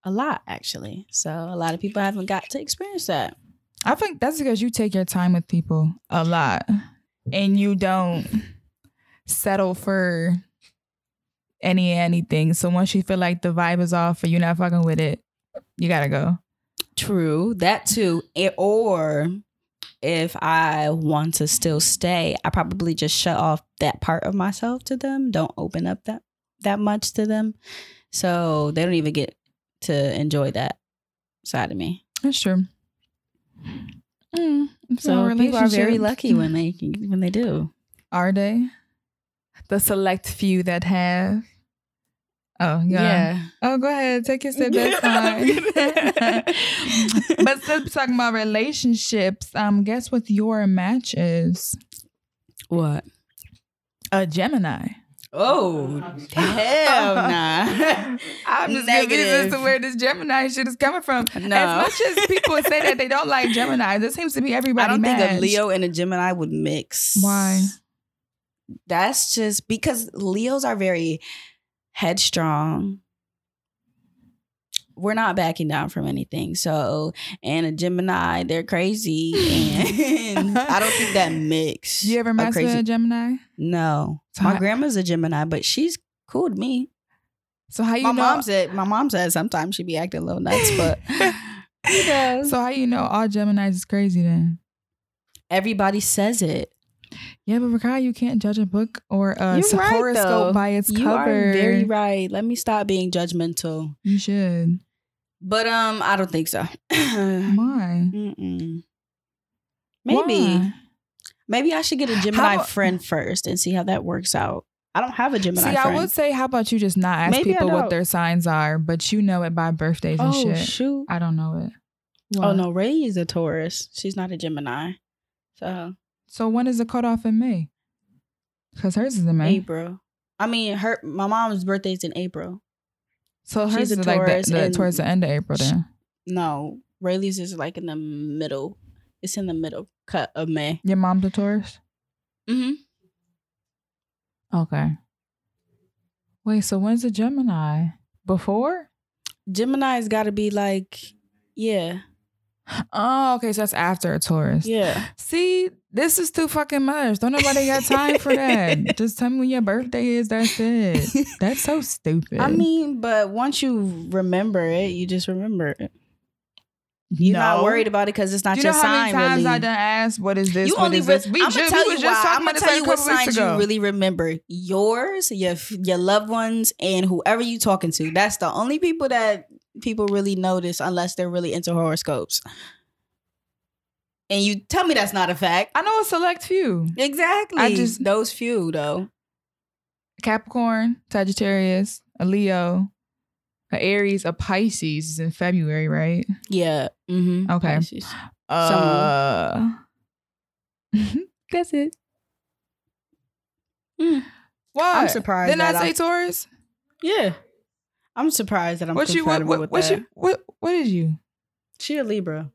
Speaker 1: a lot actually. So a lot of people haven't got to experience that.
Speaker 2: I think that's because you take your time with people a lot and you don't settle for any anything. So once you feel like the vibe is off or you're not fucking with it, you gotta go.
Speaker 1: True, that too. It, or if I want to still stay, I probably just shut off that part of myself to them. Don't open up that that much to them, so they don't even get to enjoy that side of me.
Speaker 2: That's true. Mm,
Speaker 1: So people are very
Speaker 2: relationship.
Speaker 1: lucky when they when they do.
Speaker 2: Are they? The select few that have. Oh, yeah. Oh, go ahead. Take your sip. That's fine. but since we're talking about relationships, um, guess what your match is?
Speaker 1: what?
Speaker 2: A Gemini.
Speaker 1: Oh, hell nah.
Speaker 2: I'm just confused as to
Speaker 1: Negative.
Speaker 2: where this Gemini shit is coming from.
Speaker 1: No.
Speaker 2: As much as people say that they don't like Gemini, that seems to be everybody.
Speaker 1: I don't think
Speaker 2: matched.
Speaker 1: a Leo and a Gemini would mix.
Speaker 2: Why?
Speaker 1: That's just because Leos are very headstrong. We're not backing down from anything. So, and a Gemini, they're crazy, and I don't think that mix.
Speaker 2: You ever
Speaker 1: a
Speaker 2: match with
Speaker 1: crazy?
Speaker 2: a Gemini?
Speaker 1: No,
Speaker 2: So
Speaker 1: my
Speaker 2: I-
Speaker 1: grandma's a Gemini, but she's cool to me.
Speaker 2: So how you
Speaker 1: my
Speaker 2: know?
Speaker 1: mom said, my mom said sometimes she be acting a little nuts, but you know,
Speaker 2: so how you know all Geminis is crazy then?
Speaker 1: everybody says it.
Speaker 2: Yeah, but Rakai, you can't judge a book or a
Speaker 1: You're right,
Speaker 2: horoscope
Speaker 1: though.
Speaker 2: by its
Speaker 1: you
Speaker 2: cover.
Speaker 1: are very right. Let me stop being judgmental.
Speaker 2: You should.
Speaker 1: But um, I don't think so. Mm-mm.
Speaker 2: Why?
Speaker 1: Maybe
Speaker 2: Why?
Speaker 1: maybe I should get a Gemini
Speaker 2: about-
Speaker 1: friend first and see how that works out. I don't have a Gemini
Speaker 2: See,
Speaker 1: friend.
Speaker 2: I would say, how about you just not ask
Speaker 1: Maybe I
Speaker 2: people what
Speaker 1: don't.
Speaker 2: their signs are, but you know it by birthdays and
Speaker 1: oh
Speaker 2: shit.
Speaker 1: shoot!
Speaker 2: I don't know it.
Speaker 1: Oh
Speaker 2: What?
Speaker 1: no, Ray is a Taurus. She's not a Gemini. So
Speaker 2: So when is the cutoff in May? Because hers is in May.
Speaker 1: April. I mean, her my mom's birthday's in April.
Speaker 2: So
Speaker 1: She's
Speaker 2: hers
Speaker 1: a
Speaker 2: is like the,
Speaker 1: Taurus
Speaker 2: the-
Speaker 1: and-
Speaker 2: towards the end of April then.
Speaker 1: No, Rayleigh's is like in the middle. It's in the middle cut of May.
Speaker 2: Your mom's a Taurus?
Speaker 1: Mm-hmm.
Speaker 2: Okay. Wait, so when's the Gemini? Before?
Speaker 1: Gemini's got to be like, yeah,
Speaker 2: Oh, okay. So that's after a Taurus.
Speaker 1: yeah.
Speaker 2: See, this is too fucking much. Don't nobody got time for that. Just tell me when your birthday is. That's it. That's so stupid.
Speaker 1: I mean, but once you remember it, you just remember it. You're not
Speaker 2: No.
Speaker 1: worried about it because it's not
Speaker 2: Do you
Speaker 1: your
Speaker 2: know how many
Speaker 1: sign,
Speaker 2: times
Speaker 1: really.
Speaker 2: I done asked what is this?
Speaker 1: you
Speaker 2: what
Speaker 1: only.
Speaker 2: is
Speaker 1: re-
Speaker 2: this? We
Speaker 1: I'm gonna
Speaker 2: just-
Speaker 1: tell
Speaker 2: we
Speaker 1: you
Speaker 2: was just
Speaker 1: why. I'm
Speaker 2: talking
Speaker 1: gonna
Speaker 2: about
Speaker 1: tell
Speaker 2: this
Speaker 1: you
Speaker 2: a
Speaker 1: what
Speaker 2: couple weeks
Speaker 1: signs you
Speaker 2: ago.
Speaker 1: really remember. Yours, your f- your loved ones, and whoever you talking to. That's the only people that people really notice unless they're really into horoscopes. And you tell me that's not a fact.
Speaker 2: I know a select few.
Speaker 1: Exactly. I just those few though.
Speaker 2: Capricorn, Sagittarius, a Leo, a Aries, a Pisces is in February, right?
Speaker 1: Yeah. Mm-hmm.
Speaker 2: Okay.
Speaker 1: Pisces.
Speaker 2: Uh, that's it.
Speaker 1: Mm.
Speaker 2: Why?
Speaker 1: I'm surprised
Speaker 2: Didn't I
Speaker 1: that
Speaker 2: say
Speaker 1: I-
Speaker 2: Taurus?
Speaker 1: Yeah. I'm surprised that I'm
Speaker 2: what you what
Speaker 1: compatible
Speaker 2: what
Speaker 1: with
Speaker 2: what,
Speaker 1: that.
Speaker 2: you, what what did you?
Speaker 1: She a Libra.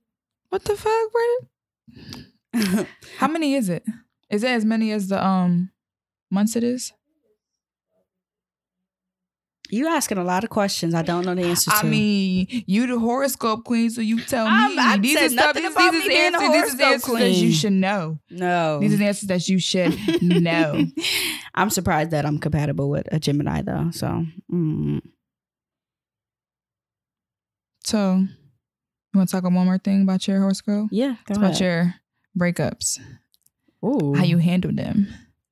Speaker 2: What the fuck, Brandon? How many is it? Is it as many as the um months it is?
Speaker 1: you asking a lot of questions. I don't know the answer to.
Speaker 2: I mean, you the horoscope queen, so you tell
Speaker 1: I'm-
Speaker 2: me
Speaker 1: I
Speaker 2: these
Speaker 1: said
Speaker 2: are stuff.
Speaker 1: nothing
Speaker 2: These, these
Speaker 1: about me
Speaker 2: is
Speaker 1: being a
Speaker 2: answers. These is answers
Speaker 1: horoscope
Speaker 2: that you
Speaker 1: queen. Oh.
Speaker 2: should know.
Speaker 1: no.
Speaker 2: These are the answers that you should know.
Speaker 1: I'm surprised that I'm compatible with a Gemini though. So mm.
Speaker 2: So, you want to talk on one more thing about your horoscope?
Speaker 1: yeah, go
Speaker 2: It's about your breakups,
Speaker 1: Ooh,
Speaker 2: how you handle them.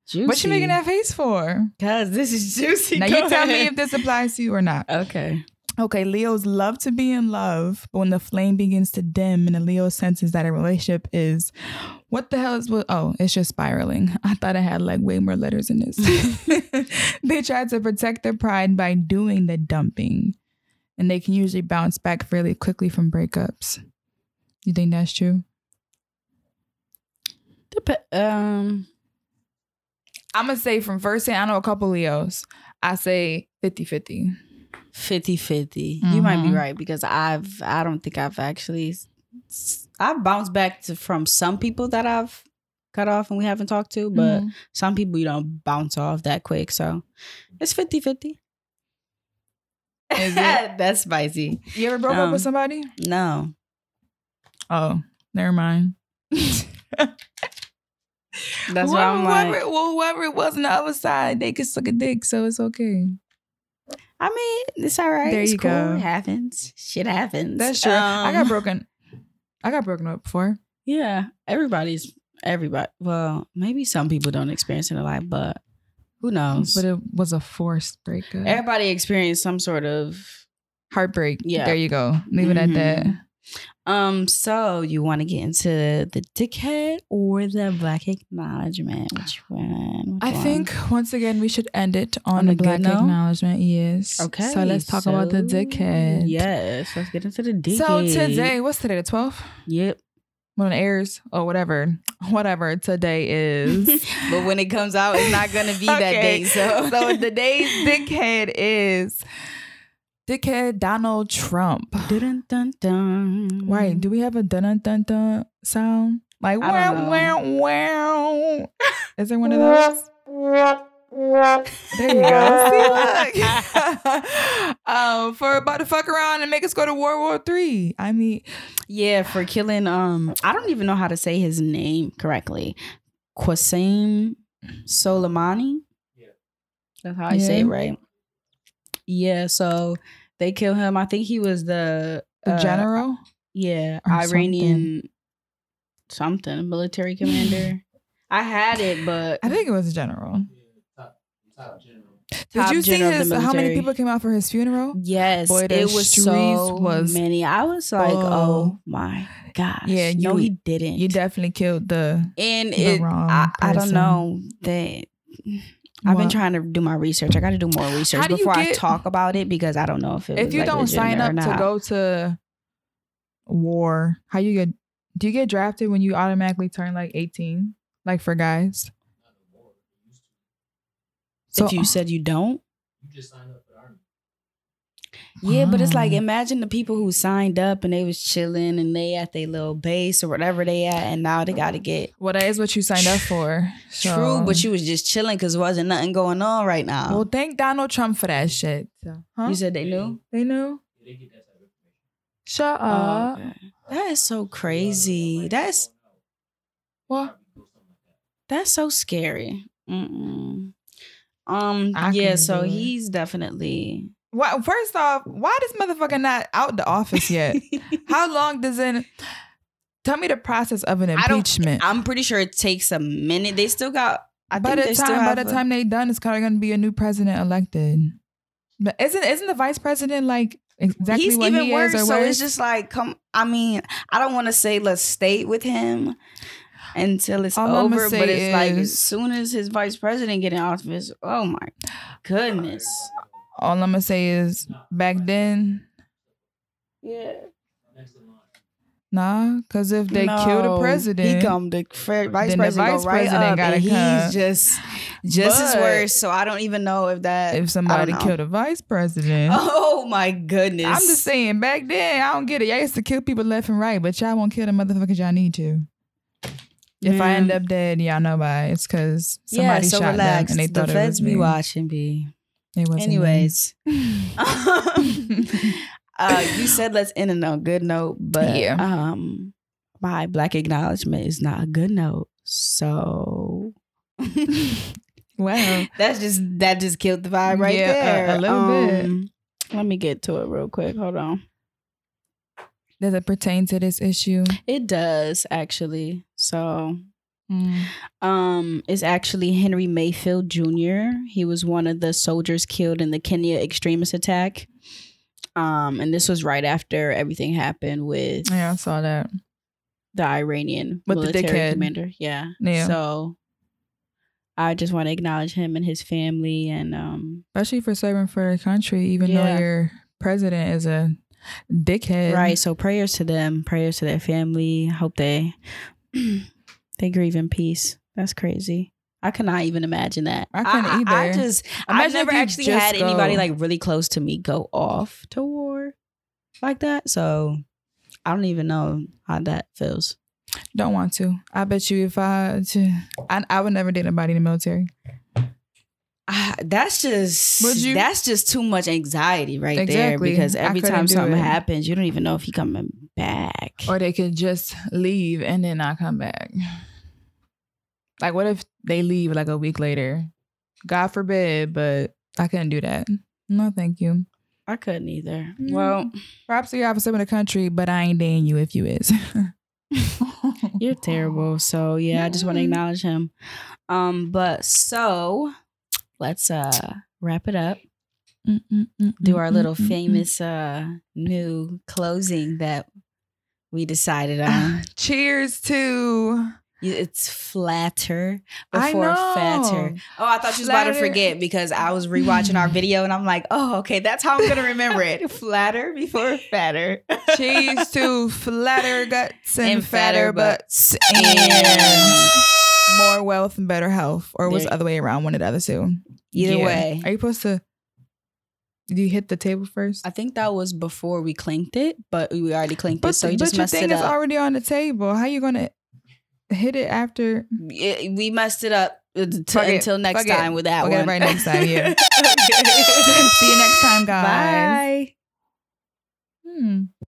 Speaker 1: juicy.
Speaker 2: What you making that face for?
Speaker 1: Cause this is juicy.
Speaker 2: Now
Speaker 1: Go
Speaker 2: you tell me
Speaker 1: ahead.
Speaker 2: if this applies to you or not.
Speaker 1: Okay.
Speaker 2: Okay, Leos love to be in love, but when the flame begins to dim and the Leo senses that a relationship is, what the hell is what? Oh, it's just spiraling. I thought I had like way more letters in this. they try to protect their pride by doing the dumping, and they can usually bounce back fairly quickly from breakups. You think that's true?
Speaker 1: Dep- um.
Speaker 2: I'm gonna say from first hand, I know a couple Leos. I say 50 50.
Speaker 1: 50 50 you might be
Speaker 2: Mhm.
Speaker 1: right because i've i don't think i've actually s- i've bounced back to, from some people that i've cut off and we haven't talked to
Speaker 2: Mm-hmm.
Speaker 1: but some people you don't bounce off that quick so it's 50 50
Speaker 2: Is it?
Speaker 1: that's spicy
Speaker 2: you ever broke up
Speaker 1: Um,
Speaker 2: with somebody?
Speaker 1: no
Speaker 2: Oh, never mind.
Speaker 1: that's why
Speaker 2: whoever,
Speaker 1: i'm like
Speaker 2: whoever, well, whoever it was on the other side, they could suck a dick, so it's okay.
Speaker 1: i mean it's all right
Speaker 2: There
Speaker 1: it's
Speaker 2: you
Speaker 1: cool.
Speaker 2: go.
Speaker 1: it happens shit happens
Speaker 2: That's true. I got
Speaker 1: Um,
Speaker 2: broken. I got broken up before.
Speaker 1: yeah everybody's everybody well maybe some people don't experience it a lot but who knows
Speaker 2: But it was a forced breakup.
Speaker 1: everybody experienced some sort of
Speaker 2: Heartbreak.
Speaker 1: Yeah.
Speaker 2: There you go. Leave it at
Speaker 1: Mhm.
Speaker 2: that.
Speaker 1: Um, so you want to get into the dickhead or the black acknowledgement? Which one? Which
Speaker 2: I
Speaker 1: one?
Speaker 2: think once again we should end it on,
Speaker 1: On
Speaker 2: a
Speaker 1: a good
Speaker 2: black
Speaker 1: note?
Speaker 2: acknowledgement. Yes.
Speaker 1: Okay.
Speaker 2: So let's talk about the
Speaker 1: so-
Speaker 2: dickhead.
Speaker 1: Yes, let's get into the dickhead.
Speaker 2: So today, what's today? The twelfth.
Speaker 1: yep.
Speaker 2: When it airs or whatever, whatever today is.
Speaker 1: But when it comes out, it's not gonna be that
Speaker 2: Okay.
Speaker 1: day. So,
Speaker 2: so today's dickhead is dickhead Donald Trump.
Speaker 1: Dun, dun, dun.
Speaker 2: Right? Do we have a dun dun dun dun sound? Like
Speaker 1: I
Speaker 2: wow
Speaker 1: don't
Speaker 2: wow wow. Is there one of those? There you go. See, look. um, for about to fuck around and make us go to World War Three. I mean,
Speaker 1: Yeah, for killing. Um, I don't even know how to say his name correctly. Qasim Soleimani.
Speaker 3: Yeah.
Speaker 1: That's how I say it,
Speaker 2: Yeah.
Speaker 1: right? Yeah. So they kill him. I think he was the
Speaker 2: the
Speaker 1: uh,
Speaker 2: general.
Speaker 1: Yeah,
Speaker 2: or
Speaker 1: Iranian something. military commander. I had it, but
Speaker 2: I think it was the general.
Speaker 3: top, top general.
Speaker 2: Did
Speaker 1: Top
Speaker 2: you see
Speaker 1: general of the
Speaker 2: his? How many
Speaker 1: military.
Speaker 2: people came out for his funeral?
Speaker 1: yes,
Speaker 2: Boy, the
Speaker 1: it was
Speaker 2: streets
Speaker 1: so
Speaker 2: was
Speaker 1: many. I was like,
Speaker 2: full.
Speaker 1: oh my gosh.
Speaker 2: Yeah,
Speaker 1: no,
Speaker 2: you-
Speaker 1: he didn't.
Speaker 2: You definitely killed the.
Speaker 1: and
Speaker 2: the
Speaker 1: it,
Speaker 2: wrong
Speaker 1: I, I don't
Speaker 2: person.
Speaker 1: know that. I've been
Speaker 2: Well,
Speaker 1: trying to do my research. I got to do more research
Speaker 2: do you
Speaker 1: before I
Speaker 2: get-
Speaker 1: talk about it because I don't know if it.
Speaker 2: If
Speaker 1: was,
Speaker 2: you
Speaker 1: like,
Speaker 2: don't sign up
Speaker 1: legitimate or
Speaker 2: to
Speaker 1: not.
Speaker 2: go to war, how you get? Do you get drafted when you automatically turn like eighteen? Like for guys.
Speaker 3: Not a war. You used to.
Speaker 2: So
Speaker 1: if you said you don't,
Speaker 3: You just signed up for the army.
Speaker 1: Yeah, but it's like
Speaker 2: Wow.
Speaker 1: imagine the people who signed up and they was chilling and they at their little base or whatever they at, and now they got to get
Speaker 2: well, that is what you signed up for.
Speaker 1: true.
Speaker 2: so-
Speaker 1: But you was just chilling because wasn't nothing going on right now.
Speaker 2: Well, thank Donald Trump for that shit. So, huh?
Speaker 1: You said they knew.
Speaker 2: they knew.
Speaker 3: Yeah, they get that type of information.
Speaker 2: Shut
Speaker 1: Oh,
Speaker 2: up.
Speaker 1: okay. That is so crazy. That's
Speaker 2: What?
Speaker 1: that's so scary. Mm-mm. Um.
Speaker 2: I
Speaker 1: yeah.
Speaker 2: couldn't
Speaker 1: So
Speaker 2: do it.
Speaker 1: he's definitely.
Speaker 2: Why, first off, why this motherfucker not out the office yet? How long does it? Tell me the process of an
Speaker 1: I don't-
Speaker 2: impeachment.
Speaker 1: I'm pretty sure it takes a minute. They still got. I
Speaker 2: by
Speaker 1: think
Speaker 2: the
Speaker 1: they
Speaker 2: time,
Speaker 1: still
Speaker 2: by
Speaker 1: have
Speaker 2: the
Speaker 1: a-
Speaker 2: time they done, it's kind of going to be a new president elected. But isn't isn't the vice president like exactly
Speaker 1: he's
Speaker 2: what
Speaker 1: even
Speaker 2: he
Speaker 1: worse,
Speaker 2: is or
Speaker 1: so
Speaker 2: worse.
Speaker 1: it's just like come. I mean, I don't want to say let's stay with him until it's
Speaker 2: All I'ma
Speaker 1: over, but it's
Speaker 2: say
Speaker 1: like
Speaker 2: is-
Speaker 1: as soon as his vice president get in office, oh my goodness,
Speaker 2: All I'm gonna say is back then,
Speaker 1: yeah.
Speaker 3: Next in line.
Speaker 2: nah, because if they kill the
Speaker 1: No,
Speaker 2: president,
Speaker 1: he come the fre- vice
Speaker 2: the
Speaker 1: president,
Speaker 2: vice
Speaker 1: go right
Speaker 2: president
Speaker 1: up,
Speaker 2: gotta
Speaker 1: and he's
Speaker 2: come.
Speaker 1: just just as
Speaker 2: But-
Speaker 1: worse. So I don't even know if that.
Speaker 2: if somebody
Speaker 1: know.
Speaker 2: killed the vice president,
Speaker 1: oh my goodness!
Speaker 2: I'm just saying. Back then, I don't get it. Y'all used to kill people left and right, but y'all won't kill the motherfuckers y'all need to. If I end up dead, y'all know why. It's because
Speaker 1: Mm. yeah,
Speaker 2: somebody
Speaker 1: so
Speaker 2: shot
Speaker 1: relax.
Speaker 2: them and they
Speaker 1: the
Speaker 2: thought
Speaker 1: feds
Speaker 2: it was
Speaker 1: be
Speaker 2: me.
Speaker 1: watching, be
Speaker 2: It wasn't me.
Speaker 1: anyways. uh, you said let's end it on a good note, but
Speaker 2: Yeah.
Speaker 1: um, my black acknowledgement is not a good note. So
Speaker 2: well,
Speaker 1: that's just that just killed the vibe right
Speaker 2: Yeah, a-
Speaker 1: there.
Speaker 2: a little bit.
Speaker 1: bit. Let me get to it real quick. Hold on.
Speaker 2: does it pertain to this issue?
Speaker 1: It does actually. So Mm. Um, is actually Henry Mayfield Jr. He was one of the soldiers killed in the Kenya extremist attack. Um, and this was right after everything happened with
Speaker 2: Yeah, I saw that.
Speaker 1: the Iranian
Speaker 2: With the
Speaker 1: military
Speaker 2: dickhead.
Speaker 1: commander. Yeah.
Speaker 2: Yeah.
Speaker 1: So I just want to acknowledge him and his family and um
Speaker 2: Especially for serving for a country, even
Speaker 1: Yeah.
Speaker 2: though your president is a dickhead.
Speaker 1: right. So prayers to them, prayers to their family. Hope they they grieve in peace. That's crazy. I cannot even imagine that.
Speaker 2: I couldn't
Speaker 1: I,
Speaker 2: either.
Speaker 1: just I've
Speaker 2: Imagine if
Speaker 1: never
Speaker 2: you
Speaker 1: actually
Speaker 2: just
Speaker 1: had anybody
Speaker 2: go-
Speaker 1: like really close to me go off to war like that. So I don't even know how that feels.
Speaker 2: Don't want to. I bet you if I, I, I would never date anybody in the military.
Speaker 1: Ah, that's just
Speaker 2: Would you-
Speaker 1: that's just too much anxiety right there
Speaker 2: Exactly.
Speaker 1: because
Speaker 2: I
Speaker 1: every
Speaker 2: couldn't
Speaker 1: time
Speaker 2: do
Speaker 1: something
Speaker 2: it.
Speaker 1: happens, you don't even know if he coming back.
Speaker 2: Or they could just leave and then not come back. Like, what if they leave like a week later? God forbid, but I couldn't do that. No, thank you.
Speaker 1: I couldn't either.
Speaker 2: Mm.
Speaker 1: Well,
Speaker 2: Props to you for serving the country, but I ain't dating you if you is.
Speaker 1: you're terrible. So yeah, I just want to
Speaker 2: Mm.
Speaker 1: acknowledge him. Um, but so let's uh wrap it up.
Speaker 2: Mm,
Speaker 1: do
Speaker 2: Mm-hmm,
Speaker 1: our little famous uh new closing that we decided on.
Speaker 2: Cheers to
Speaker 1: You- It's flatter
Speaker 2: I
Speaker 1: before
Speaker 2: know.
Speaker 1: fatter. Oh, I thought you was about to
Speaker 2: Flatter-
Speaker 1: forget because I was rewatching our video and I'm like, oh, okay, that's how I'm gonna remember it. flatter before fatter.
Speaker 2: Cheers to flatter guts and,
Speaker 1: And fatter
Speaker 2: fatter butts and
Speaker 1: And
Speaker 2: more wealth and better health, or was
Speaker 1: There-
Speaker 2: the other way around? One of the other two.
Speaker 1: either
Speaker 2: Yeah.
Speaker 1: way,
Speaker 2: Are you supposed to? Do you hit the table first?
Speaker 1: I think that was before we clinked it, but we already clinked it, so you just
Speaker 2: your
Speaker 1: messed
Speaker 2: thing
Speaker 1: it
Speaker 2: is
Speaker 1: up.
Speaker 2: already on the table. How you gonna hit it after?
Speaker 1: It- we messed it up uh, t-
Speaker 2: Fuck it.
Speaker 1: until next
Speaker 2: Fuck it.
Speaker 1: time with that
Speaker 2: We'll get it
Speaker 1: one.
Speaker 2: right next time, yeah.
Speaker 1: Okay.
Speaker 2: See you next time, guys.
Speaker 1: Bye.
Speaker 2: Hmm.